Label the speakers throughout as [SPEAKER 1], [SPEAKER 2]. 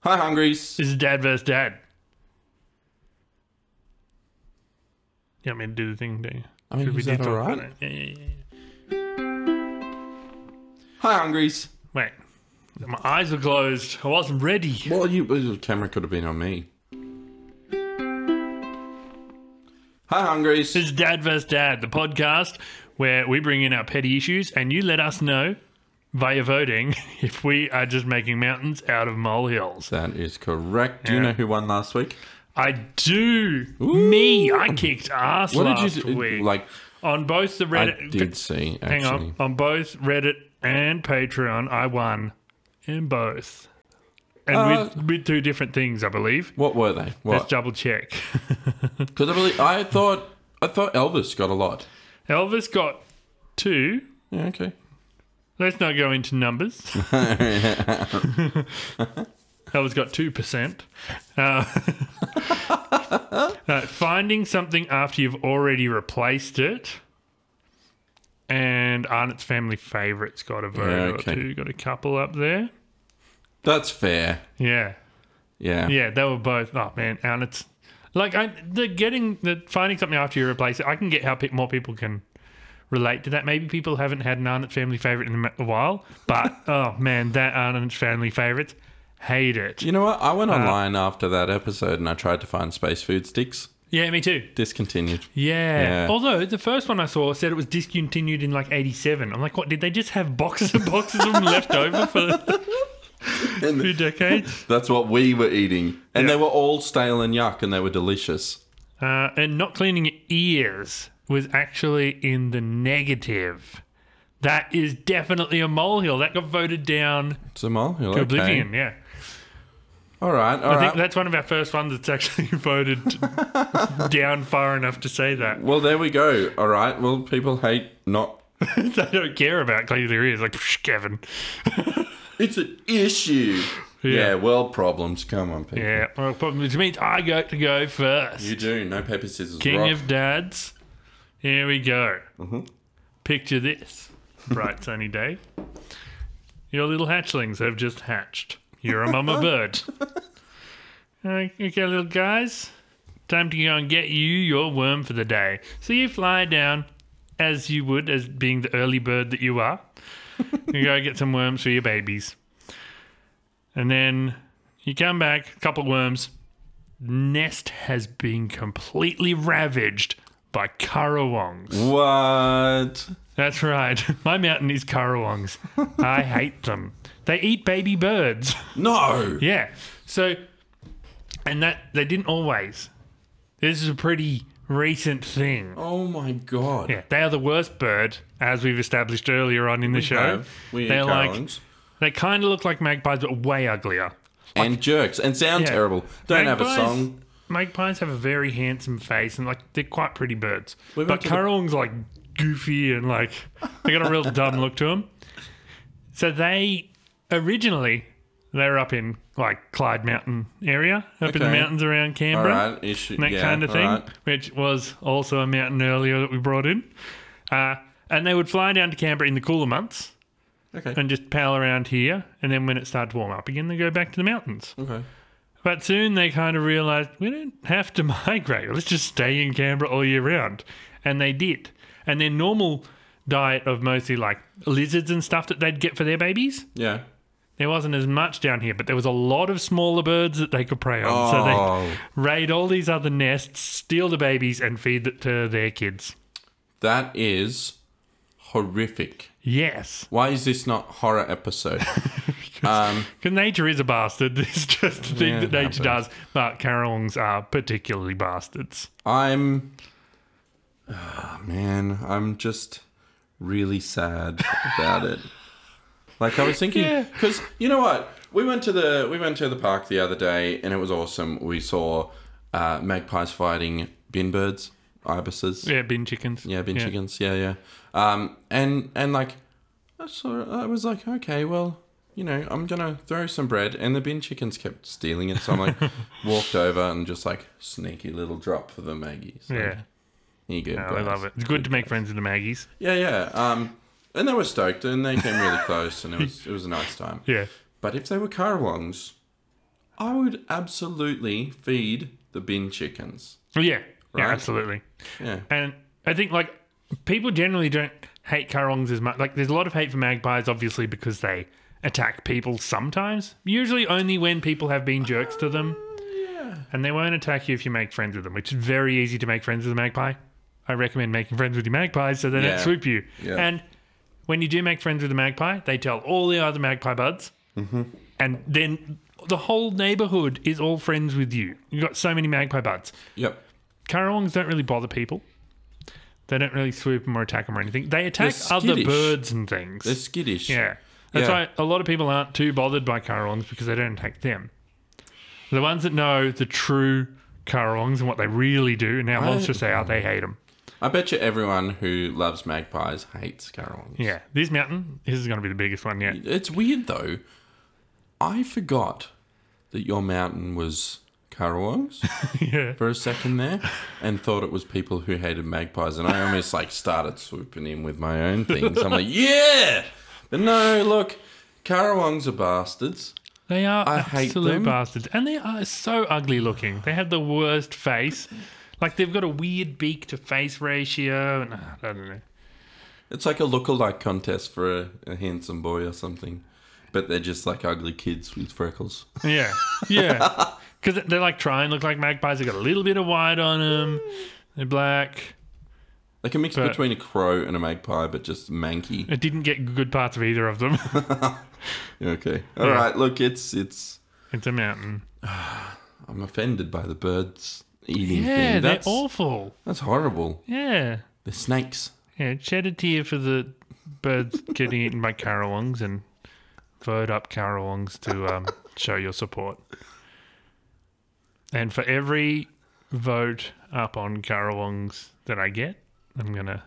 [SPEAKER 1] Hi, Hungries.
[SPEAKER 2] This is dad versus dad. You want me to do the thing, do you?
[SPEAKER 1] I mean,
[SPEAKER 2] Should we
[SPEAKER 1] is
[SPEAKER 2] do
[SPEAKER 1] that
[SPEAKER 2] talk
[SPEAKER 1] all
[SPEAKER 2] about
[SPEAKER 1] right?
[SPEAKER 2] it? Yeah, yeah, yeah.
[SPEAKER 1] Hi, Hungries.
[SPEAKER 2] Wait. My eyes were closed. I wasn't ready.
[SPEAKER 1] Well, you, the camera could have been on me. Hi, Hungries.
[SPEAKER 2] This is Dad vs. Dad, the podcast where we bring in our petty issues and you let us know via voting if we are just making mountains out of molehills.
[SPEAKER 1] That is correct. Do you
[SPEAKER 2] Yeah.
[SPEAKER 1] know who won last week?
[SPEAKER 2] I do. Me. I kicked ass
[SPEAKER 1] What
[SPEAKER 2] last
[SPEAKER 1] did you
[SPEAKER 2] week.
[SPEAKER 1] like?
[SPEAKER 2] on both the
[SPEAKER 1] I
[SPEAKER 2] Reddit.
[SPEAKER 1] did see actually.
[SPEAKER 2] hang on. On both Reddit and Patreon, I won in both. And with, with two different things, I believe.
[SPEAKER 1] What were they?
[SPEAKER 2] Let's
[SPEAKER 1] Uh, What?
[SPEAKER 2] double check.
[SPEAKER 1] Because I believe I thought I thought Elvis got a lot.
[SPEAKER 2] Elvis got two.
[SPEAKER 1] Yeah. Okay.
[SPEAKER 2] Let's not go into numbers. Elvis got 2%. Uh, uh, finding something after you've already replaced it. And Arnott's family favourites got a vote
[SPEAKER 1] Yeah, okay.
[SPEAKER 2] or two. Got a couple up there.
[SPEAKER 1] That's fair.
[SPEAKER 2] Yeah.
[SPEAKER 1] Yeah.
[SPEAKER 2] Yeah, they were both. Oh, man. Arnott's. Like, I, the getting, the finding something after you replace it, I can get how pe- more people can relate to that. Maybe people haven't had an Arnott family favourite in a while, but oh, man, that Arnott family favourites hate it.
[SPEAKER 1] You know what? I went
[SPEAKER 2] Uh,
[SPEAKER 1] online after that episode and I tried to find space food sticks.
[SPEAKER 2] Yeah, me too.
[SPEAKER 1] Discontinued.
[SPEAKER 2] Yeah.
[SPEAKER 1] Yeah.
[SPEAKER 2] Although the first one I saw said it was discontinued in like 87. I'm like, what? Did they just have boxes and boxes of them left over for a few decades?
[SPEAKER 1] That's what we were eating, and
[SPEAKER 2] Yeah.
[SPEAKER 1] they were all stale and yuck, and they were delicious.
[SPEAKER 2] Uh, and not cleaning your ears was actually in the negative. That is definitely a molehill. That got voted down
[SPEAKER 1] It's a molehill. okay.
[SPEAKER 2] to oblivion. Yeah.
[SPEAKER 1] All right. All
[SPEAKER 2] I
[SPEAKER 1] right.
[SPEAKER 2] think that's one of our first ones that's actually voted down far enough to say that.
[SPEAKER 1] well, there we go. All right. Well, people hate not.
[SPEAKER 2] they don't care about cleaning their ears. Like, "Psh, Kevin.
[SPEAKER 1] It's an issue. Yeah. world problems. Come on, people.
[SPEAKER 2] Yeah. Well, problem- which means I got to go first.
[SPEAKER 1] You do. No paper, scissors,
[SPEAKER 2] King
[SPEAKER 1] rock.
[SPEAKER 2] of Dads. Here we go. Picture this bright sunny day. Your little hatchlings have just hatched. You're a mama bird. Uh, Okay, little guys. Time to go and get you your worm for the day. So you fly down as you would, as being the early bird that you are. You go get some worms for your babies. And then you come back, couple worms, nest has been completely ravaged by currawongs.
[SPEAKER 1] What?
[SPEAKER 2] That's right. My mountain is currawongs. I hate them. They eat baby birds.
[SPEAKER 1] No.
[SPEAKER 2] Yeah. So, and that they didn't always. This is a pretty recent thing.
[SPEAKER 1] Oh my god.
[SPEAKER 2] Yeah, they are the worst bird, as we've established earlier on in the show.
[SPEAKER 1] No, we
[SPEAKER 2] They're
[SPEAKER 1] eat
[SPEAKER 2] like-
[SPEAKER 1] carolings.
[SPEAKER 2] They kind of look like magpies, but way uglier.
[SPEAKER 1] and jerks and sound
[SPEAKER 2] Yeah.
[SPEAKER 1] terrible. Don't have a
[SPEAKER 2] Magpies-
[SPEAKER 1] song.
[SPEAKER 2] Magpies have a very handsome face and like they're quite pretty birds.
[SPEAKER 1] We went
[SPEAKER 2] but
[SPEAKER 1] to the-
[SPEAKER 2] currawongs are, like goofy and like they got a real dumb look to them. So they originally they were up in like Clyde Mountain area, up in the
[SPEAKER 1] Okay.
[SPEAKER 2] mountains around
[SPEAKER 1] All
[SPEAKER 2] Canberra,
[SPEAKER 1] right. Issue.
[SPEAKER 2] that
[SPEAKER 1] yeah,
[SPEAKER 2] kind of
[SPEAKER 1] all
[SPEAKER 2] thing,
[SPEAKER 1] right.
[SPEAKER 2] which was also a mountain earlier that we brought in. Uh, and they would fly down to Canberra in the cooler months
[SPEAKER 1] Okay.
[SPEAKER 2] and just pal around here. And then when it started to warm up again, they go back to the mountains.
[SPEAKER 1] okay.
[SPEAKER 2] But soon they kind of realized we don't have to migrate. Let's just stay in Canberra all year round. And they did. And their normal diet of mostly like lizards and stuff that they'd get for their babies,
[SPEAKER 1] Yeah.
[SPEAKER 2] there wasn't as much down here, but there was a lot of smaller birds that they could prey on. So
[SPEAKER 1] Oh.
[SPEAKER 2] they raid all these other nests, steal the babies, and feed it to their kids.
[SPEAKER 1] That is horrific.
[SPEAKER 2] Yes.
[SPEAKER 1] Why is this not horror episode? um,
[SPEAKER 2] Because nature is a bastard. It's just a thing
[SPEAKER 1] Yeah,
[SPEAKER 2] that
[SPEAKER 1] it
[SPEAKER 2] nature
[SPEAKER 1] happens.
[SPEAKER 2] does. But carolings are particularly bastards.
[SPEAKER 1] I'm. Ah, man, I'm just really sad about it. Like I was thinking,
[SPEAKER 2] Yeah.
[SPEAKER 1] because you know what, we went to the we went to the park the other day, and it was awesome. We saw uh, magpies fighting bin birds, ibises.
[SPEAKER 2] Yeah, bin chickens.
[SPEAKER 1] Yeah, bin chickens. Yeah, yeah. Um, and and like, I saw. I was like, okay, well, you know, I'm gonna throw some bread, and the bin chickens kept stealing it. So I'm like, walked over and just like sneaky little drop for the Maggies. Like,
[SPEAKER 2] Yeah.
[SPEAKER 1] here you go.
[SPEAKER 2] No, I love it. It's good to make friends with the Maggies.
[SPEAKER 1] Yeah, yeah. Um, and they were stoked, and they came really close, and it was it was a nice time.
[SPEAKER 2] Yeah.
[SPEAKER 1] But if they were Karawongs, I would absolutely feed the bin chickens.
[SPEAKER 2] Yeah. Yeah,
[SPEAKER 1] Right.
[SPEAKER 2] absolutely.
[SPEAKER 1] Yeah.
[SPEAKER 2] And I think like people generally don't hate karongs as much. Like there's a lot of hate for magpies, obviously, because they attack people sometimes. Usually only when people have been jerks to them. And they won't attack you if you make friends with them, which is very easy to make friends with a magpie. I recommend making friends with your magpies so they
[SPEAKER 1] Yeah.
[SPEAKER 2] don't swoop you.
[SPEAKER 1] Yeah.
[SPEAKER 2] And when you do make friends with a magpie, they tell all the other magpie buds.
[SPEAKER 1] Mm-hmm.
[SPEAKER 2] And then the whole neighborhood is all friends with you. You've got so many magpie buds.
[SPEAKER 1] Yep.
[SPEAKER 2] Currawongs don't really bother people. They don't really swoop them or attack them or anything. They attack
[SPEAKER 1] They're
[SPEAKER 2] other
[SPEAKER 1] skittish.
[SPEAKER 2] birds and things.
[SPEAKER 1] They're skittish.
[SPEAKER 2] yeah. That's
[SPEAKER 1] Yeah.
[SPEAKER 2] why a lot of people aren't too bothered by currawongs because they don't attack them. The ones that know the true currawongs and what they really do and how monstrous they are, they hate them.
[SPEAKER 1] I bet you everyone who loves magpies hates currawongs.
[SPEAKER 2] Yeah. This mountain, this is going to be the biggest one yet.
[SPEAKER 1] It's weird though. I forgot that your mountain was currawongs
[SPEAKER 2] yeah.
[SPEAKER 1] for a second there, and thought it was people who hated magpies, and I almost like started swooping in with my own things. I'm like, yeah, but no, look, currawongs are bastards.
[SPEAKER 2] They are
[SPEAKER 1] I hate
[SPEAKER 2] absolute
[SPEAKER 1] them.
[SPEAKER 2] bastards. And they are so ugly looking. They have the worst face. Like they've got a weird beak to face ratio. And, ah, I don't know.
[SPEAKER 1] It's like a lookalike contest for a, a handsome boy or something, but they're just like ugly kids with freckles.
[SPEAKER 2] Yeah, yeah. Because they like try and look like magpies. They got a little bit of white on them. They're black.
[SPEAKER 1] Like a mix
[SPEAKER 2] But-
[SPEAKER 1] between a crow and a magpie, but just manky.
[SPEAKER 2] I didn't get good parts of either of them.
[SPEAKER 1] Okay. all right.
[SPEAKER 2] Yeah.
[SPEAKER 1] Look, it's it's.
[SPEAKER 2] it's a mountain.
[SPEAKER 1] I'm offended by the birds eating
[SPEAKER 2] Yeah,
[SPEAKER 1] thing.
[SPEAKER 2] they're
[SPEAKER 1] That's
[SPEAKER 2] awful.
[SPEAKER 1] that's horrible.
[SPEAKER 2] Yeah,
[SPEAKER 1] The snakes.
[SPEAKER 2] yeah. Shed a tear for the birds getting eaten by carawongs and vote up carawongs to um, show your support. And for every vote up on carawongs that I get, I'm gonna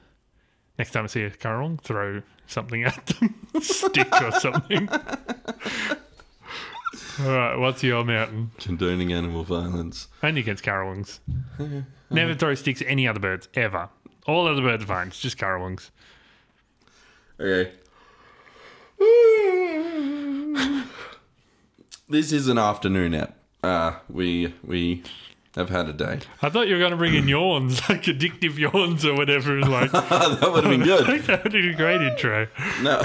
[SPEAKER 2] next time I see a carawong, throw something at them, stick or something. All right, what's your mountain?
[SPEAKER 1] Condoning animal violence.
[SPEAKER 2] Only against carawongs. Never throw sticks at any other birds ever. All other birds are fine. It's just carawongs.
[SPEAKER 1] Okay. this is an afternoon nap. Uh, we we have had a day.
[SPEAKER 2] I thought you were going to bring in yawns, like addictive yawns or whatever. Like that
[SPEAKER 1] that would have been good.
[SPEAKER 2] would be a great intro.
[SPEAKER 1] No.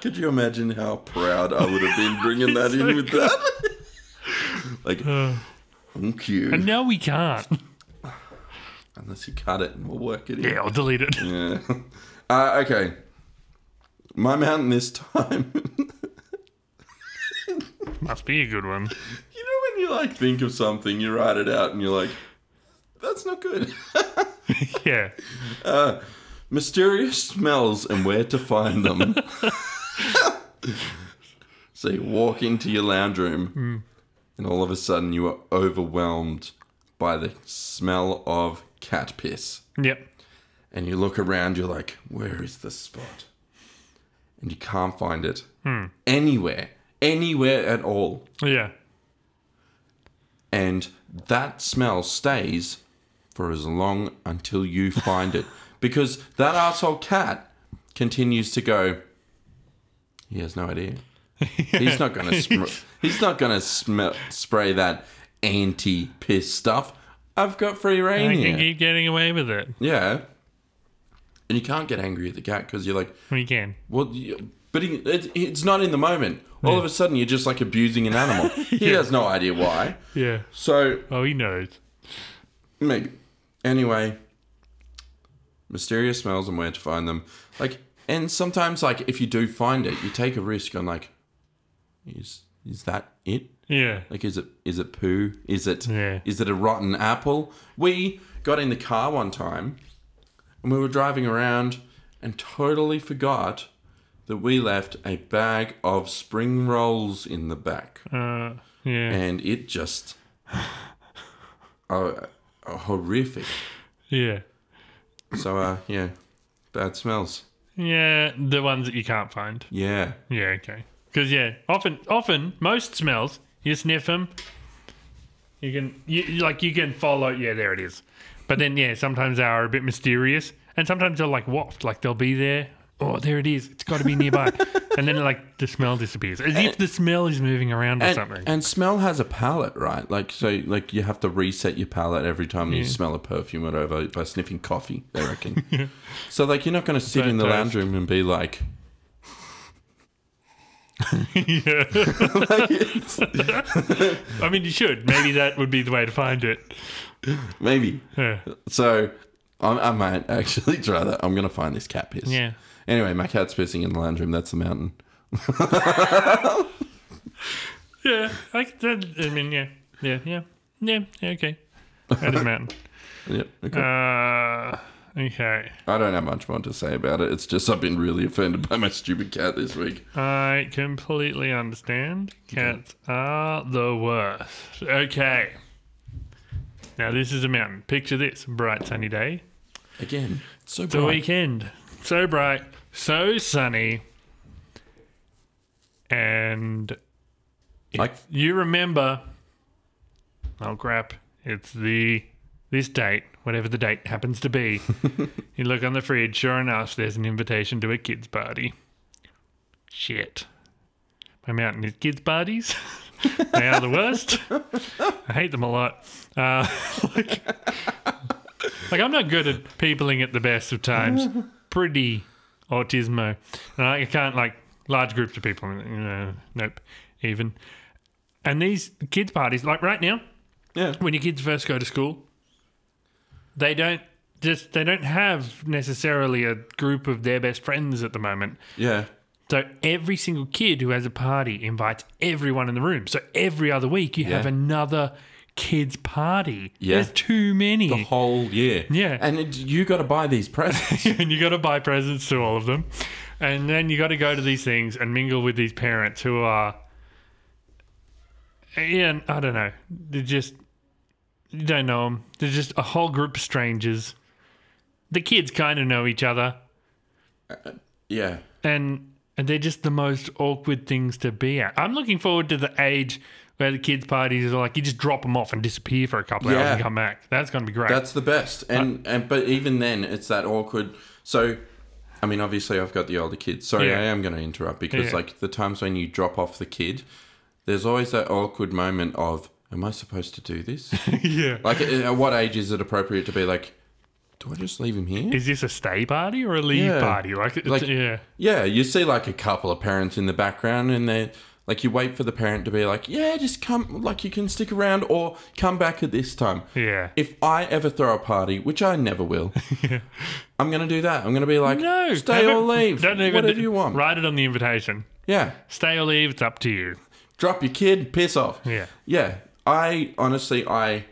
[SPEAKER 1] Could you imagine how proud I would have been bringing that in with that? like, thank you.
[SPEAKER 2] And now we can't.
[SPEAKER 1] Unless you cut it and we'll work it in.
[SPEAKER 2] Yeah, I'll delete it.
[SPEAKER 1] Yeah. Uh, okay. My mountain this time. you
[SPEAKER 2] Must be a good one.
[SPEAKER 1] know when you like think of something, you write it out, and you're like, "That's not good."
[SPEAKER 2] Yeah,
[SPEAKER 1] Mysterious smells and where to find them. so you walk into your lounge room, and all of a sudden you are overwhelmed by the smell of cat piss.
[SPEAKER 2] yep.
[SPEAKER 1] and you look around, you're like, where is the spot? And you can't find it anywhere, anywhere at all.
[SPEAKER 2] Yeah.
[SPEAKER 1] And that smell stays for as long until you find it. Because that asshole cat continues to go, he has no idea. He's not going to sm- he's not going to sm- spray that anti piss stuff. I've got free reign
[SPEAKER 2] I
[SPEAKER 1] here.
[SPEAKER 2] can keep getting away with it.
[SPEAKER 1] Yeah. And you can't get angry at the cat because you're like,
[SPEAKER 2] We can.
[SPEAKER 1] well, you- but he- it, it's not in the moment. All of a sudden, you're just like abusing an animal. He has no idea why.
[SPEAKER 2] Yeah.
[SPEAKER 1] So,
[SPEAKER 2] Oh, he knows.
[SPEAKER 1] maybe. Anyway, mysterious smells and where to find them. Like, and sometimes, like, if you do find it, you take a risk on, like, is is that it?
[SPEAKER 2] Yeah.
[SPEAKER 1] Like, is it is it poo? Is it is
[SPEAKER 2] Yeah.
[SPEAKER 1] it a rotten apple? We got in the car one time, and we were driving around, and totally forgot that we left a bag of spring rolls in the back,
[SPEAKER 2] Uh, yeah.
[SPEAKER 1] and it just oh oh, horrific.
[SPEAKER 2] Yeah.
[SPEAKER 1] So uh, yeah, bad smells.
[SPEAKER 2] Yeah. The ones that you can't find.
[SPEAKER 1] Yeah,
[SPEAKER 2] Yeah. Okay. Because yeah, often, often, most smells you sniff them. You can, you you- like, you can follow. Yeah, there it is. But then, yeah, sometimes they are a bit mysterious, and sometimes they'll like waft, like they'll be there oh, there it is. It's got to be nearby. and then like the smell disappears, as if the smell is moving around or
[SPEAKER 1] And,
[SPEAKER 2] something.
[SPEAKER 1] and smell has a palette, right? Like so, like you have to reset your palette every time
[SPEAKER 2] Mm.
[SPEAKER 1] you smell a perfume or whatever by sniffing coffee. They reckon. so like you're not going to sit in the
[SPEAKER 2] Burnt
[SPEAKER 1] lounge room and be like,
[SPEAKER 2] yeah.
[SPEAKER 1] like, it's-
[SPEAKER 2] I mean, you should. Maybe that would be the way to find it.
[SPEAKER 1] maybe.
[SPEAKER 2] Yeah.
[SPEAKER 1] So I, I might actually try that. I'm going to find this cat piss.
[SPEAKER 2] Yeah.
[SPEAKER 1] Anyway, my cat's pissing in the lounge room. That's the mountain.
[SPEAKER 2] Yeah. I, could- that, I mean, yeah. Yeah. Yeah. Yeah. yeah okay. That is mountain.
[SPEAKER 1] Yep. Okay.
[SPEAKER 2] Uh, okay.
[SPEAKER 1] I don't have much more to say about it. It's just I've been really offended by my stupid cat this week.
[SPEAKER 2] I completely understand. Cats are the worst. Okay. Now, this is a mountain. Picture this bright sunny day.
[SPEAKER 1] Again, so
[SPEAKER 2] The
[SPEAKER 1] bright.
[SPEAKER 2] weekend. So bright, so sunny. And
[SPEAKER 1] Like
[SPEAKER 2] you remember. Oh, crap. It's the. This date, whatever the date happens to be. you look on the fridge, sure enough, there's an invitation to a kids' party. Shit. My mountain is kids' parties. they are the worst. I hate them a lot. Uh, like, like, I'm not good at peopling at the best of times. Pretty autismo. And I can't, like, large groups of people. You know, nope, even. And these kids' parties, like right now,
[SPEAKER 1] yeah.
[SPEAKER 2] when your kids first go to school, they don't just they don't have necessarily a group of their best friends at the moment.
[SPEAKER 1] Yeah.
[SPEAKER 2] So every single kid who has a party invites everyone in the room. So every other week you have
[SPEAKER 1] Yeah.
[SPEAKER 2] another kids party.
[SPEAKER 1] Yeah.
[SPEAKER 2] There's too many.
[SPEAKER 1] The whole year.
[SPEAKER 2] Yeah.
[SPEAKER 1] And it, you got to buy these presents.
[SPEAKER 2] and you got to buy presents to all of them. And then you got to go to these things and mingle with these parents who are, yeah, I don't know. They're just, you don't know them. They're just a whole group of strangers. The kids kind of know each other,
[SPEAKER 1] yeah.
[SPEAKER 2] and and they're just the most awkward things to be at. I'm looking forward to the age where the kids' parties are like you just drop them off and disappear for a couple of hours and
[SPEAKER 1] Yeah.
[SPEAKER 2] come back. That's gonna be great.
[SPEAKER 1] That's the best. And
[SPEAKER 2] Uh,
[SPEAKER 1] and but even then, it's that awkward. So, I mean, obviously, I've got the older kids. Sorry,
[SPEAKER 2] Yeah.
[SPEAKER 1] I am going to interrupt because
[SPEAKER 2] Yeah.
[SPEAKER 1] like the times when you drop off the kid, there's always that awkward moment of, am I supposed to do this?
[SPEAKER 2] yeah.
[SPEAKER 1] like, uh, at at what age is it appropriate to be like, do I just leave him here?
[SPEAKER 2] Is this a stay party or a leave
[SPEAKER 1] Yeah.
[SPEAKER 2] party? Like, it's,
[SPEAKER 1] Like-
[SPEAKER 2] yeah.
[SPEAKER 1] Yeah, you see like a couple of parents in the background, and they like you wait for the parent to be like, "Yeah, just come, like you can stick around or come back at this time."
[SPEAKER 2] Yeah.
[SPEAKER 1] If I ever throw a party, which I never will, I'm gonna do that. I'm gonna be like,
[SPEAKER 2] No, have
[SPEAKER 1] stay
[SPEAKER 2] it-
[SPEAKER 1] or leave,
[SPEAKER 2] Don't even
[SPEAKER 1] whatever you want."
[SPEAKER 2] Write it on the invitation.
[SPEAKER 1] Yeah,
[SPEAKER 2] Stay or leave. It's up to you.
[SPEAKER 1] drop your kid, piss off.
[SPEAKER 2] Yeah.
[SPEAKER 1] Yeah, I honestly, I,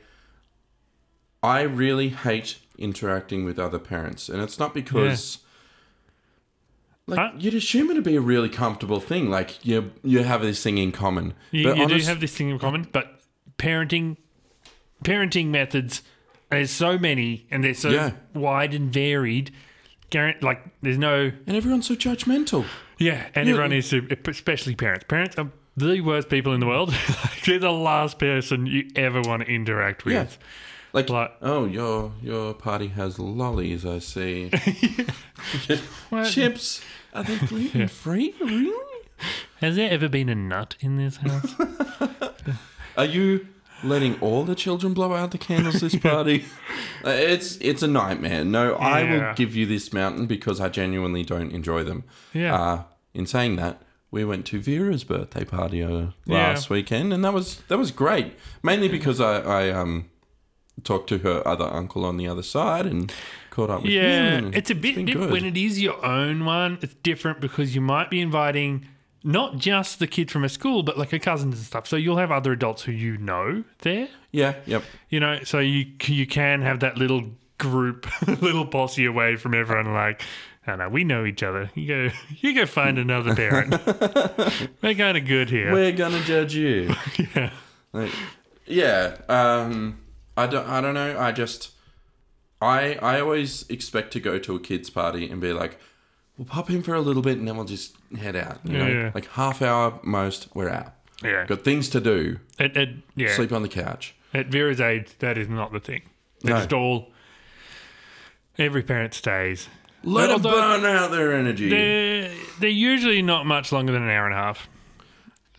[SPEAKER 1] I really hate interacting with other parents, and it's not because, like,
[SPEAKER 2] I-
[SPEAKER 1] you'd assume it'd be a really comfortable thing. Like you, you have this thing in common.
[SPEAKER 2] You, you
[SPEAKER 1] honest-
[SPEAKER 2] do have this thing in common, but parenting, parenting methods. There's so many, and they're so
[SPEAKER 1] Yeah.
[SPEAKER 2] wide and varied. Guarant, like there's no
[SPEAKER 1] and everyone's so judgmental.
[SPEAKER 2] yeah, and everyone is to- especially parents. Parents are the worst people in the world. Like, they're the last person you ever want to interact with.
[SPEAKER 1] Yeah. Like,
[SPEAKER 2] Like-
[SPEAKER 1] oh, your your party has lollies. I see. Chips. Are they gluten free? Really?
[SPEAKER 2] Has there ever been a nut in this house?
[SPEAKER 1] Are you letting all the children blow out the candles this party? Uh, it's it's a nightmare. No, I
[SPEAKER 2] Yeah.
[SPEAKER 1] will give you this mountain because I genuinely don't enjoy them.
[SPEAKER 2] Yeah.
[SPEAKER 1] Uh, in saying that, we went to Vera's birthday party uh,
[SPEAKER 2] Yeah.
[SPEAKER 1] last weekend, and that was that was great. Mainly because I, I um talked to her other uncle on the other side and caught up with
[SPEAKER 2] Yeah,
[SPEAKER 1] him. and
[SPEAKER 2] it's a bit
[SPEAKER 1] been
[SPEAKER 2] different
[SPEAKER 1] good.
[SPEAKER 2] when it is your own one. It's different because you might be inviting not just the kid from a school, but like your cousins and stuff. So you'll have other adults who you know there.
[SPEAKER 1] yeah, yep.
[SPEAKER 2] You know, so you you can have that little group, little posse away from everyone. Like, no, no, we know each other. You go, you go find another parent. We're kind of good here.
[SPEAKER 1] We're gonna judge you.
[SPEAKER 2] yeah.
[SPEAKER 1] Like, yeah. Um, I don't. I don't know. I just. I I always expect to go to a kids' party and be like, we'll pop in for a little bit and then we'll just head out. You know,
[SPEAKER 2] Yeah.
[SPEAKER 1] like half hour most, we're out.
[SPEAKER 2] Yeah.
[SPEAKER 1] Got things to do.
[SPEAKER 2] At, at, yeah.
[SPEAKER 1] Sleep on the couch.
[SPEAKER 2] At Vera's age, that is not the thing. They're
[SPEAKER 1] No.
[SPEAKER 2] just all. Every parent stays.
[SPEAKER 1] Let them
[SPEAKER 2] Although-
[SPEAKER 1] burn out their energy.
[SPEAKER 2] They're, Uh, they're usually not much longer than an hour and a half.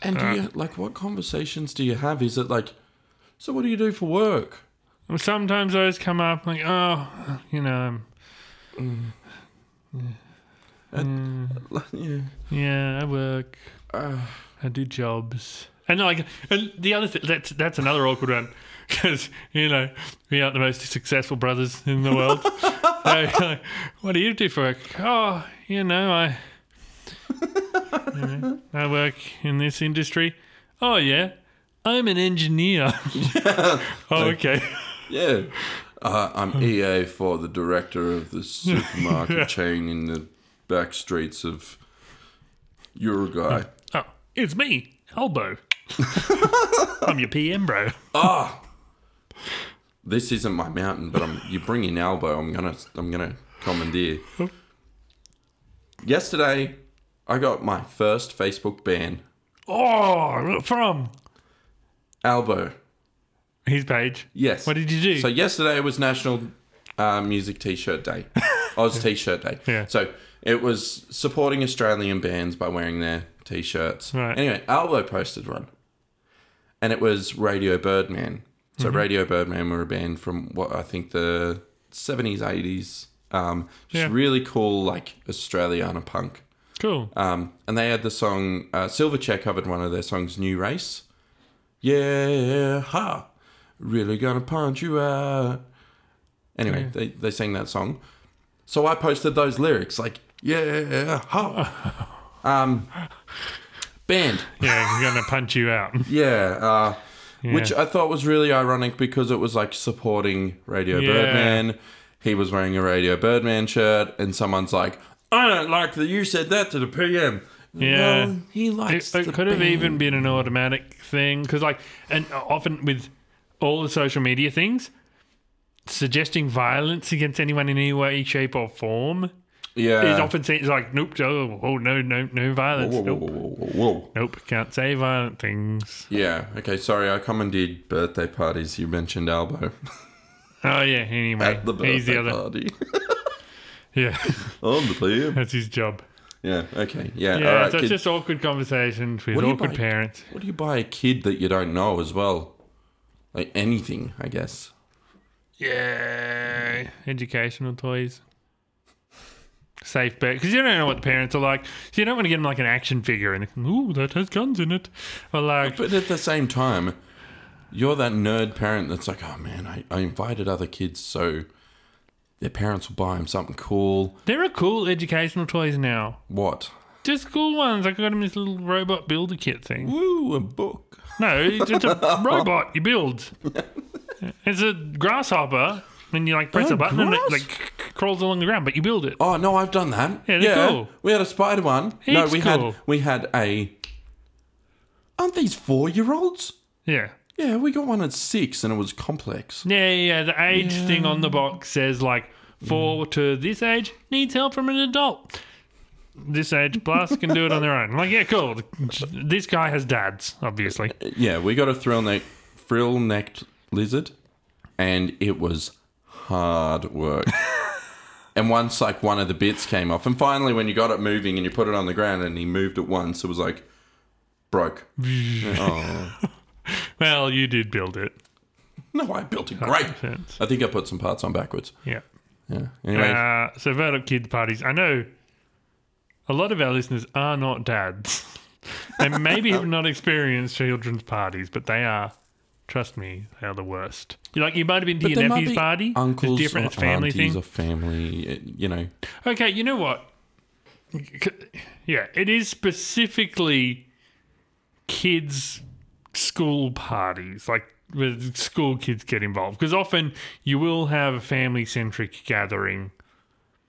[SPEAKER 1] and do you, like, what conversations do you have? Is it like, so what do you do for work?
[SPEAKER 2] And Sometimes those come up like, oh, you know, um,
[SPEAKER 1] yeah.
[SPEAKER 2] yeah, I work,
[SPEAKER 1] Uh,
[SPEAKER 2] I do jobs, and like, and the other thing that's that's another awkward one because you know we aren't the most successful brothers in the world. They're like, what do you do for work? Oh, you know, I, you know, I work in this industry. Oh yeah, I'm an engineer. oh okay.
[SPEAKER 1] yeah. Uh,
[SPEAKER 2] Hmm.
[SPEAKER 1] I'm EA for the director of the supermarket chain in the back streets of Uruguay.
[SPEAKER 2] Oh, it's me, Elbow. I'm your PM, bro.
[SPEAKER 1] This isn't my mountain, but I'm. You bring in elbow. I'm gonna. I'm gonna commandeer. Yesterday, I got my first Facebook ban.
[SPEAKER 2] Oh, from
[SPEAKER 1] Elbow.
[SPEAKER 2] his page.
[SPEAKER 1] Yes.
[SPEAKER 2] What did you do?
[SPEAKER 1] So yesterday was National uh, Music T-Shirt Day, Oz T-Shirt Day.
[SPEAKER 2] Yeah.
[SPEAKER 1] So it was supporting Australian bands by wearing their T-shirts.
[SPEAKER 2] Right.
[SPEAKER 1] Anyway, Albo posted one, and it was Radio Birdman. So
[SPEAKER 2] Mm-hmm.
[SPEAKER 1] Radio Birdman were a band from what I think the seventies, eighties. Um, just
[SPEAKER 2] Yeah.
[SPEAKER 1] really cool, like Australiana punk.
[SPEAKER 2] cool.
[SPEAKER 1] Um, and they had the song uh, Silverchair covered one of their songs, "New Race." Yeah, ha! Really gonna punch you out. Anyway, they they sang that song, so I posted those lyrics like, yeah, ha. um, banned.
[SPEAKER 2] yeah, I'm gonna punch you out.
[SPEAKER 1] Yeah, uh, which I thought was really ironic because it was like supporting Radio
[SPEAKER 2] Yeah.
[SPEAKER 1] Birdman. He was wearing a Radio Birdman shirt, and someone's like, "I don't like that you said that to the PM."
[SPEAKER 2] Yeah.
[SPEAKER 1] Well, he
[SPEAKER 2] It,
[SPEAKER 1] likes.
[SPEAKER 2] it
[SPEAKER 1] the
[SPEAKER 2] could have
[SPEAKER 1] band.
[SPEAKER 2] even been an automatic thing because, like, and often with all the social media things, suggesting violence against anyone in any way, shape, or form
[SPEAKER 1] Yeah.
[SPEAKER 2] is often seen as like, nope, oh, oh no, no, no violence.
[SPEAKER 1] whoa, whoa,
[SPEAKER 2] Nope,
[SPEAKER 1] whoa, whoa, whoa, whoa.
[SPEAKER 2] nope, can't say violent things.
[SPEAKER 1] Yeah. Okay. Sorry, I commandeered birthday parties. You mentioned Albo
[SPEAKER 2] Oh yeah. Anyway,
[SPEAKER 1] at the
[SPEAKER 2] he's
[SPEAKER 1] birthday
[SPEAKER 2] the other.
[SPEAKER 1] party.
[SPEAKER 2] Yeah,
[SPEAKER 1] On the PM.
[SPEAKER 2] that's his job.
[SPEAKER 1] Yeah. Okay. Yeah.
[SPEAKER 2] Yeah,
[SPEAKER 1] All right.
[SPEAKER 2] so it's
[SPEAKER 1] kid.
[SPEAKER 2] just awkward conversations with
[SPEAKER 1] What do you
[SPEAKER 2] awkward
[SPEAKER 1] buy?
[SPEAKER 2] parents.
[SPEAKER 1] What do you buy a kid that you don't know as well? Like anything, I guess.
[SPEAKER 2] Yeah, educational toys. Safe bet because you don't know what the parents are like, so you don't want to get them like an action figure and ooh that has guns in it, or like
[SPEAKER 1] But at the same time, you're that nerd parent that's like, oh man, I, I invited other kids, so their parents will buy them something cool.
[SPEAKER 2] there are cool educational toys now,
[SPEAKER 1] What?
[SPEAKER 2] just cool ones. I got him this little robot builder kit thing.
[SPEAKER 1] Woo, a book.
[SPEAKER 2] No, it's just a robot you build. It's a grasshopper, and you like press
[SPEAKER 1] Oh,
[SPEAKER 2] a button and
[SPEAKER 1] grass-
[SPEAKER 2] it like crawls along the ground, but you build it.
[SPEAKER 1] Oh no, I've done that.
[SPEAKER 2] Yeah, they're cool.
[SPEAKER 1] We had a spider one. no,
[SPEAKER 2] Heaps
[SPEAKER 1] we
[SPEAKER 2] cool.
[SPEAKER 1] had we had a. Aren't these four year olds?
[SPEAKER 2] Yeah.
[SPEAKER 1] Yeah, we got one at six, and it was complex.
[SPEAKER 2] Yeah, yeah. yeah. The age thing on the box says like four
[SPEAKER 1] Mm.
[SPEAKER 2] to this age needs help from an adult. This age plus can do it on their own. Like, yeah, cool. This guy has dads, obviously.
[SPEAKER 1] Yeah, we got a thrill neck, frill necked lizard, and it was hard work. and once, like one of the bits came off, and finally, when you got it moving and you put it on the ground, and he moved it once, it was like broke. oh
[SPEAKER 2] Well, you did build it.
[SPEAKER 1] no, I built it great.
[SPEAKER 2] Sense.
[SPEAKER 1] I think I put some parts on backwards.
[SPEAKER 2] Yeah.
[SPEAKER 1] Yeah. Anyway,
[SPEAKER 2] Uh, so, vote up kids parties. I know a lot of our listeners are not dads. They maybe have not experienced children's parties, but they are. Trust me, they are the worst. You like you might have been to
[SPEAKER 1] But
[SPEAKER 2] your
[SPEAKER 1] there might
[SPEAKER 2] nephew's
[SPEAKER 1] be
[SPEAKER 2] party.
[SPEAKER 1] uncles,
[SPEAKER 2] it's
[SPEAKER 1] or
[SPEAKER 2] different. It's a family
[SPEAKER 1] aunties,
[SPEAKER 2] thing.
[SPEAKER 1] or family. uh, You know,
[SPEAKER 2] Okay, you know what? C- Yeah, it is specifically kids' school parties, like where the school kids get involved, because often you will have a family-centric gathering.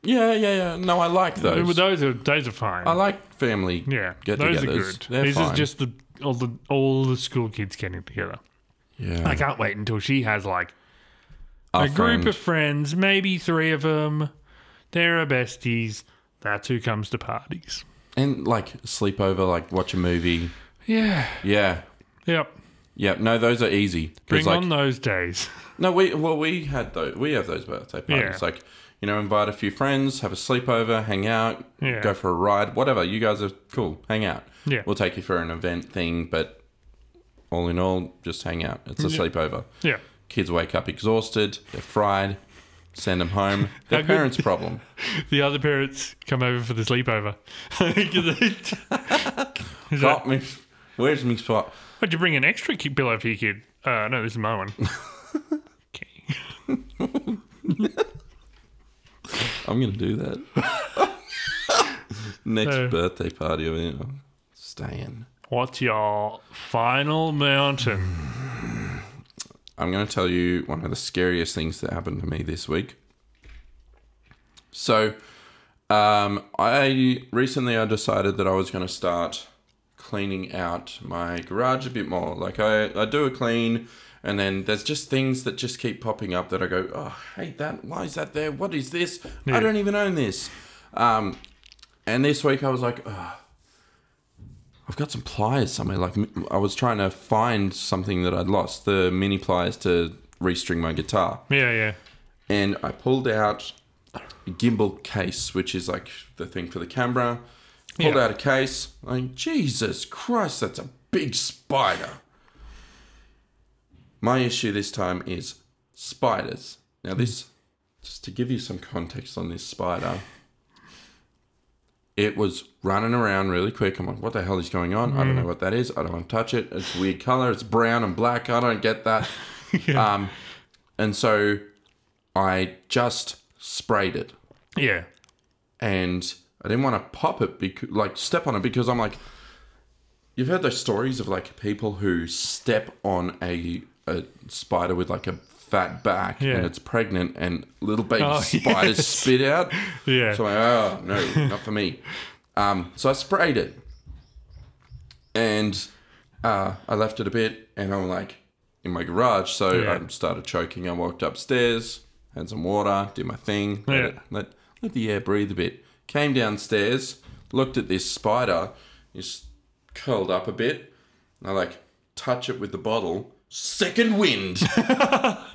[SPEAKER 1] yeah, yeah, yeah. No, I like those.
[SPEAKER 2] Those are those are fine.
[SPEAKER 1] I like family.
[SPEAKER 2] yeah,
[SPEAKER 1] get
[SPEAKER 2] those are
[SPEAKER 1] togethers.
[SPEAKER 2] good.
[SPEAKER 1] They're
[SPEAKER 2] this
[SPEAKER 1] fine.
[SPEAKER 2] is just the all the all the school kids getting together.
[SPEAKER 1] yeah.
[SPEAKER 2] I can't wait until she has like
[SPEAKER 1] Our
[SPEAKER 2] a
[SPEAKER 1] friend.
[SPEAKER 2] group of friends, maybe three of them. They're her besties. That's who comes to parties.
[SPEAKER 1] And like sleep over, like watch a movie.
[SPEAKER 2] Yeah.
[SPEAKER 1] Yeah.
[SPEAKER 2] Yep.
[SPEAKER 1] Yeah. No, those are easy. 'Cause,
[SPEAKER 2] Bring
[SPEAKER 1] like,
[SPEAKER 2] on those days.
[SPEAKER 1] No, we well we had those we have those birthday parties.
[SPEAKER 2] Yeah.
[SPEAKER 1] Like you know, invite a few friends, have a sleepover, hang out,
[SPEAKER 2] Yeah.
[SPEAKER 1] go for a ride, whatever. You guys are cool. Hang out.
[SPEAKER 2] Yeah.
[SPEAKER 1] We'll take you for an event thing, but all in all, just hang out. It's a sleepover.
[SPEAKER 2] Yeah.
[SPEAKER 1] Kids wake up exhausted, they're fried, send them home. Their
[SPEAKER 2] good-
[SPEAKER 1] parents' problem.
[SPEAKER 2] The other parents come over for the sleepover. 'Cause they- He's like,
[SPEAKER 1] Got me. Where's me spot?
[SPEAKER 2] Why'd you bring an extra ki- pillow for your kid? Uh, no, this is my one. okay.
[SPEAKER 1] I'm gonna do that. Next
[SPEAKER 2] So-
[SPEAKER 1] birthday party, you know, staying.
[SPEAKER 2] What's your final mountain?
[SPEAKER 1] I'm gonna tell you one of the scariest things that happened to me this week. So, um, I recently I decided that I was gonna start cleaning out my garage a bit more. Like I, I do a clean, and then there's just things that just keep popping up that I go, oh, I hate that. Why is that there? What is this? I don't even own this. Um, and this week I was like, oh, I've got some pliers somewhere. Like m- I was trying to find something that I'd lost, the mini pliers to restring my guitar
[SPEAKER 2] Yeah, yeah.
[SPEAKER 1] and I pulled out a gimbal case, which is like the thing for the camera. Pulled
[SPEAKER 2] Yeah.
[SPEAKER 1] out a case. Like, Jesus Christ, that's a big spider. My issue this time is spiders. Now, this, just to give you some context on this spider, it was running around really quick. I'm like, what the hell is going on? I don't know what that is. I don't want to touch it. It's a weird color. It's brown and black. I don't get that. Um, and so I just sprayed it
[SPEAKER 2] Yeah.
[SPEAKER 1] and I didn't want to pop it, bec- like step on it, because I'm like, you've heard those stories of like people who step on a, a spider with like a fat back
[SPEAKER 2] Yeah.
[SPEAKER 1] and it's pregnant and little baby
[SPEAKER 2] Oh,
[SPEAKER 1] spiders
[SPEAKER 2] yes.
[SPEAKER 1] spit out.
[SPEAKER 2] Yeah.
[SPEAKER 1] So I'm like, oh, no, not for me. Um, so I sprayed it and uh, I left it a bit and I'm like in my garage. So
[SPEAKER 2] Yeah.
[SPEAKER 1] I started choking. I walked upstairs, had some water, did my thing, let,
[SPEAKER 2] Yeah.
[SPEAKER 1] it, let, let the air breathe a bit. Came downstairs, looked at this spider, it's curled up a bit. And I like touch it with the bottle. Second wind.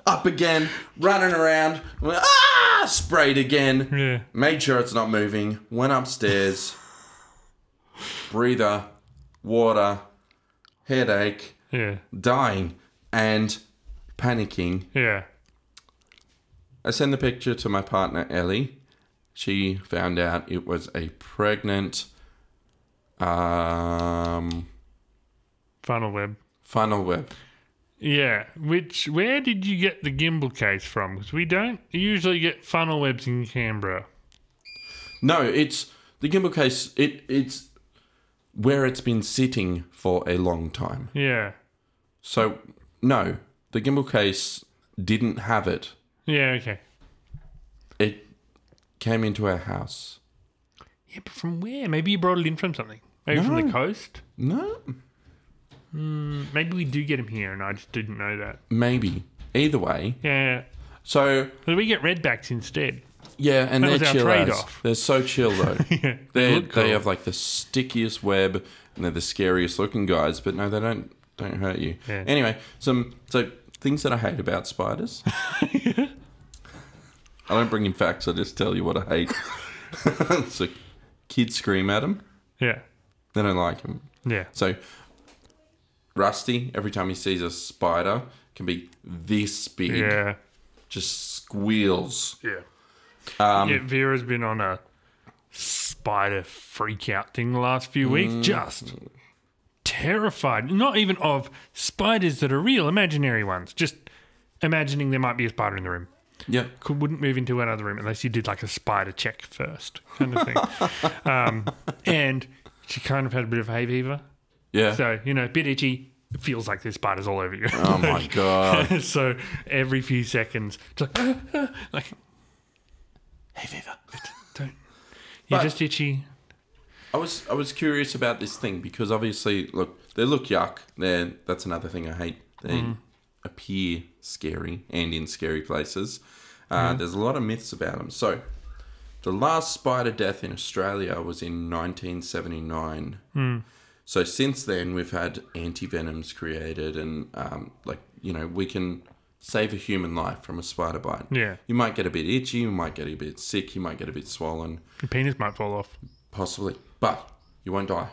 [SPEAKER 1] up again, running around. Went, ah! Sprayed again.
[SPEAKER 2] Yeah.
[SPEAKER 1] Made sure it's not moving. Went upstairs. breather, water, headache,
[SPEAKER 2] Yeah.
[SPEAKER 1] dying, and panicking.
[SPEAKER 2] Yeah.
[SPEAKER 1] I sent the picture to my partner Ellie. She found out it was a pregnant um,
[SPEAKER 2] Funnel web.
[SPEAKER 1] funnel web.
[SPEAKER 2] Yeah. Which, where did you get the gimbal case from? Because we don't usually get funnel webs in Canberra.
[SPEAKER 1] No, it's the gimbal case. It it's where it's been sitting for a long time.
[SPEAKER 2] Yeah.
[SPEAKER 1] So no, the gimbal case didn't have it.
[SPEAKER 2] Yeah, okay.
[SPEAKER 1] It came into our house.
[SPEAKER 2] Yeah, but from where? Maybe you brought it in from something. Maybe from the
[SPEAKER 1] No.
[SPEAKER 2] coast?
[SPEAKER 1] No,
[SPEAKER 2] Maybe we do get them here and I just didn't know that.
[SPEAKER 1] maybe. Either way,
[SPEAKER 2] Yeah.
[SPEAKER 1] so
[SPEAKER 2] So we get redbacks instead.
[SPEAKER 1] yeah, and
[SPEAKER 2] That
[SPEAKER 1] they're
[SPEAKER 2] was our
[SPEAKER 1] chill. as.
[SPEAKER 2] trade-off.
[SPEAKER 1] They're so chill though.
[SPEAKER 2] yeah.
[SPEAKER 1] They
[SPEAKER 2] look cool.
[SPEAKER 1] they have like the stickiest web and they're the scariest looking guys, but no, they don't don't hurt you.
[SPEAKER 2] Yeah.
[SPEAKER 1] Anyway, some so things that I hate about spiders. I don't bring in facts. I just tell you what I hate. so kids scream at them.
[SPEAKER 2] Yeah.
[SPEAKER 1] They don't like them.
[SPEAKER 2] Yeah.
[SPEAKER 1] So Rusty, every time he sees a spider, can be this big.
[SPEAKER 2] Yeah.
[SPEAKER 1] Just squeals.
[SPEAKER 2] Yeah.
[SPEAKER 1] Um,
[SPEAKER 2] yeah, Vera's been on a spider freak out thing the last few weeks.
[SPEAKER 1] Mm.
[SPEAKER 2] Just terrified. Not even of spiders that are real, imaginary ones. Just imagining there might be a spider in the room.
[SPEAKER 1] Yeah.
[SPEAKER 2] Could, wouldn't move into another room unless you did like a spider check first, kind of thing. um, and she kind of had a bit of hay fever.
[SPEAKER 1] Yeah.
[SPEAKER 2] So, you know, a bit itchy. It feels like there's spiders all over you.
[SPEAKER 1] oh my god.
[SPEAKER 2] so every few seconds, it's like, "Ah, ah," like
[SPEAKER 1] hey, Viva.
[SPEAKER 2] don't. You're
[SPEAKER 1] But-
[SPEAKER 2] just itchy.
[SPEAKER 1] I was I was curious about this thing because obviously, look, they look yuck. They that's another thing I hate. They appear scary and in scary places. Uh, There's a lot of myths about them. So, the last spider death in Australia was in 1979. So since then, we've had anti venoms created, and um, like you know, we can save a human life from a spider bite.
[SPEAKER 2] Yeah.
[SPEAKER 1] You might get a bit itchy, you might get a bit sick, you might get a bit swollen,
[SPEAKER 2] Your penis might fall off.
[SPEAKER 1] possibly, but you won't die.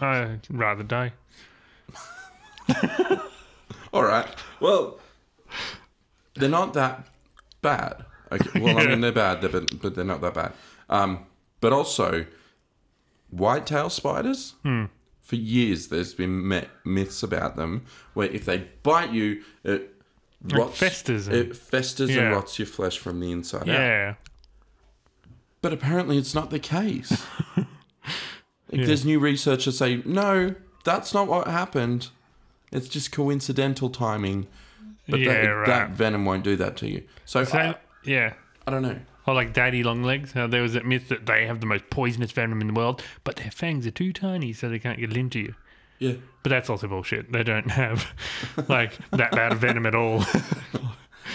[SPEAKER 2] I'd rather die.
[SPEAKER 1] All right. Well, they're not that bad. Okay. Well, I mean, they're bad, they're, but, but they're not that bad. Um, but also, whitetail spiders,
[SPEAKER 2] Hmm.
[SPEAKER 1] for years, there's been me- myths about them where if they bite you, it rots.
[SPEAKER 2] festers and-
[SPEAKER 1] It festers
[SPEAKER 2] Yeah.
[SPEAKER 1] and rots your flesh from the inside out.
[SPEAKER 2] Yeah.
[SPEAKER 1] But apparently, it's not the case. Like, There's new research that say, no, that's not what happened. It's just coincidental timing. But
[SPEAKER 2] Yeah,
[SPEAKER 1] that,
[SPEAKER 2] right.
[SPEAKER 1] that venom won't do that to you. So,
[SPEAKER 2] So,
[SPEAKER 1] I,
[SPEAKER 2] yeah.
[SPEAKER 1] I don't know.
[SPEAKER 2] Or like daddy long legs. How there was that myth that they have the most poisonous venom in the world, but their fangs are too tiny so they can't get it into you.
[SPEAKER 1] Yeah.
[SPEAKER 2] But that's also bullshit. They don't have like that bad of venom at all.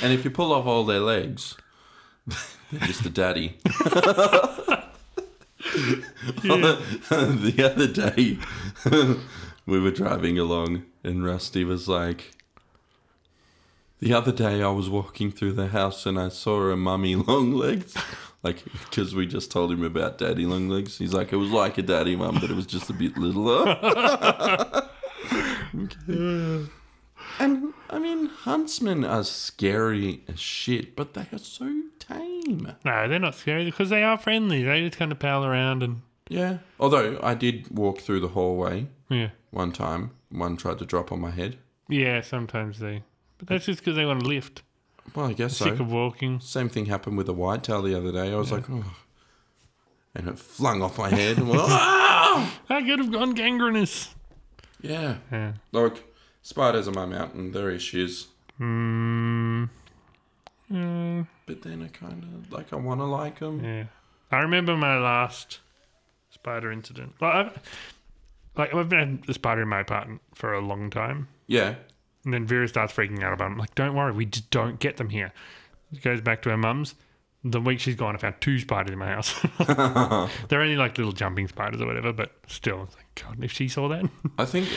[SPEAKER 1] And if you pull off all their legs, they're just a daddy. the other day, we were driving along, and Rusty was like, The other day I was walking through the house and I saw a mummy long legs. Like, because we just told him about daddy long legs. He's like, It was like a daddy mum, but it was just a bit littler. And I mean, huntsmen are scary as shit, but they are so tame.
[SPEAKER 2] no, they're not scary because they are friendly. They just kind of pal around and
[SPEAKER 1] Yeah. Although I did walk through the hallway
[SPEAKER 2] yeah,
[SPEAKER 1] one time. One tried to drop on my head.
[SPEAKER 2] yeah. Sometimes they, but that's just because they want to lift.
[SPEAKER 1] Well, I guess
[SPEAKER 2] Sick
[SPEAKER 1] so.
[SPEAKER 2] of walking.
[SPEAKER 1] Same thing happened with a whitetail the other day. I was like, oh. And it flung off my head. And went, "Ah!"
[SPEAKER 2] I could have gone gangrenous.
[SPEAKER 1] Yeah.
[SPEAKER 2] Yeah.
[SPEAKER 1] Look, spiders are my mountain. They're issues.
[SPEAKER 2] Mm, mm,
[SPEAKER 1] But then I kind of like, I want to like them.
[SPEAKER 2] Yeah. I remember my last spider incident. Like I've, like, I've had a spider in my apartment for a long time.
[SPEAKER 1] Yeah.
[SPEAKER 2] And then Vera starts freaking out about it. I'm like, don't worry, we just don't get them here. She goes back to her mum's. The week she's gone, I found two spiders in my house. They're only like little jumping spiders or whatever, but still, I was like, God, if she saw that.
[SPEAKER 1] I think,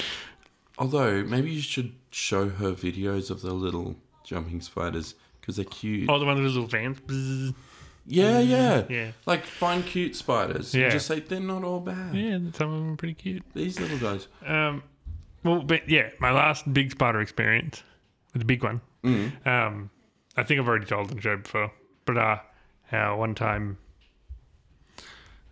[SPEAKER 1] although maybe you should show her videos of the little jumping spiders because they're cute.
[SPEAKER 2] oh, the one with those little fans. Bzzz.
[SPEAKER 1] yeah, yeah,
[SPEAKER 2] Yeah.
[SPEAKER 1] Like find cute spiders.
[SPEAKER 2] Yeah.
[SPEAKER 1] And just say they're not all bad.
[SPEAKER 2] Yeah, some of them are pretty cute.
[SPEAKER 1] These little guys.
[SPEAKER 2] Um, well, but yeah, my last big spider experience, the big one.
[SPEAKER 1] Mm.
[SPEAKER 2] Um, I think I've already told the show before, but uh, how one time.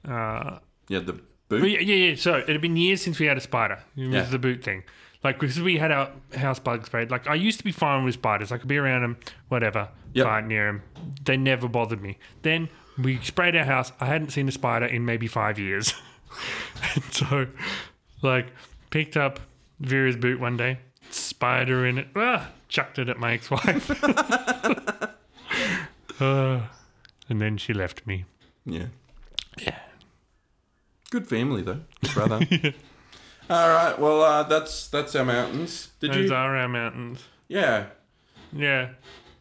[SPEAKER 2] Uh,
[SPEAKER 1] Yeah, the
[SPEAKER 2] but
[SPEAKER 1] boot.
[SPEAKER 2] yeah, yeah, yeah. So it had been years since we had a spider. It was
[SPEAKER 1] Yeah.
[SPEAKER 2] the boot thing. Like, because we had our house bug spray. Like, I used to be fine with spiders. I could be around them, whatever,
[SPEAKER 1] Yep.
[SPEAKER 2] fine near them. They never bothered me. Then we sprayed our house. I hadn't seen a spider in maybe five years. and so, like, picked up Vera's boot one day, spider in it, ah, chucked it at my ex wife. Ah, and then she left me.
[SPEAKER 1] Yeah. Yeah. Good family though, Good brother. All right. Well, uh, that's that's our mountains. Did
[SPEAKER 2] Those
[SPEAKER 1] you?
[SPEAKER 2] are our mountains.
[SPEAKER 1] Yeah.
[SPEAKER 2] Yeah,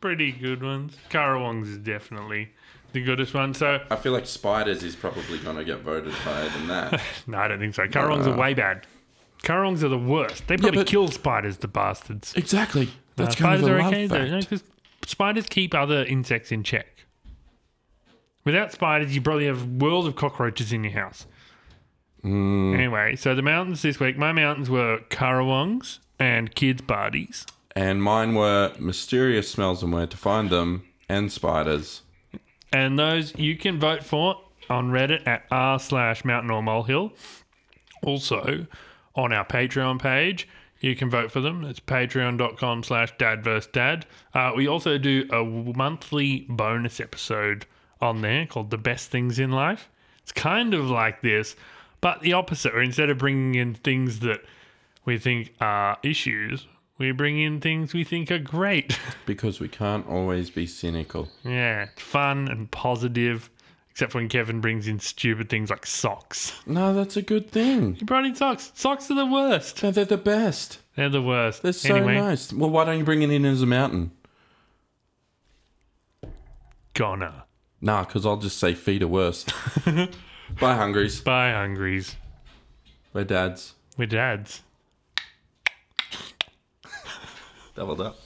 [SPEAKER 2] pretty good ones. Karawongs is definitely the goodest one. So
[SPEAKER 1] I feel like spiders is probably gonna get voted higher than that.
[SPEAKER 2] no, I don't think so. Karawongs are way bad. Karawongs are the worst. They probably
[SPEAKER 1] but-
[SPEAKER 2] kill spiders, the bastards.
[SPEAKER 1] exactly.
[SPEAKER 2] Uh, spiders are okay though, because spiders keep other insects in check. Without spiders, you probably have a world of cockroaches in your house. Anyway, so the mountains this week, my mountains were Karawongs and kids' parties.
[SPEAKER 1] And mine were mysterious smells and where to find them, and spiders.
[SPEAKER 2] and those you can vote for on Reddit at r slash mountain or molehill. Also, on our Patreon page, you can vote for them. It's patreon.com slash dad versus dad. Uh, we also do a w- monthly bonus episode on there called The Best Things in Life. It's kind of like this, but the opposite, where instead of bringing in things that we think are issues, we bring in things we think are great.
[SPEAKER 1] Because we can't always be cynical.
[SPEAKER 2] Yeah, it's fun and positive, except when Kevin brings in stupid things like socks.
[SPEAKER 1] No, that's a good thing.
[SPEAKER 2] He brought in socks. Socks are the worst.
[SPEAKER 1] No, they're the best.
[SPEAKER 2] They're the worst.
[SPEAKER 1] They're so
[SPEAKER 2] anyway,
[SPEAKER 1] nice. Well, why don't you bring it in as a mountain?
[SPEAKER 2] gonna.
[SPEAKER 1] Nah, because I'll just say feet are worse. Bye, hungries.
[SPEAKER 2] Bye, hungries.
[SPEAKER 1] We're dads.
[SPEAKER 2] We're dads.
[SPEAKER 1] Doubled up.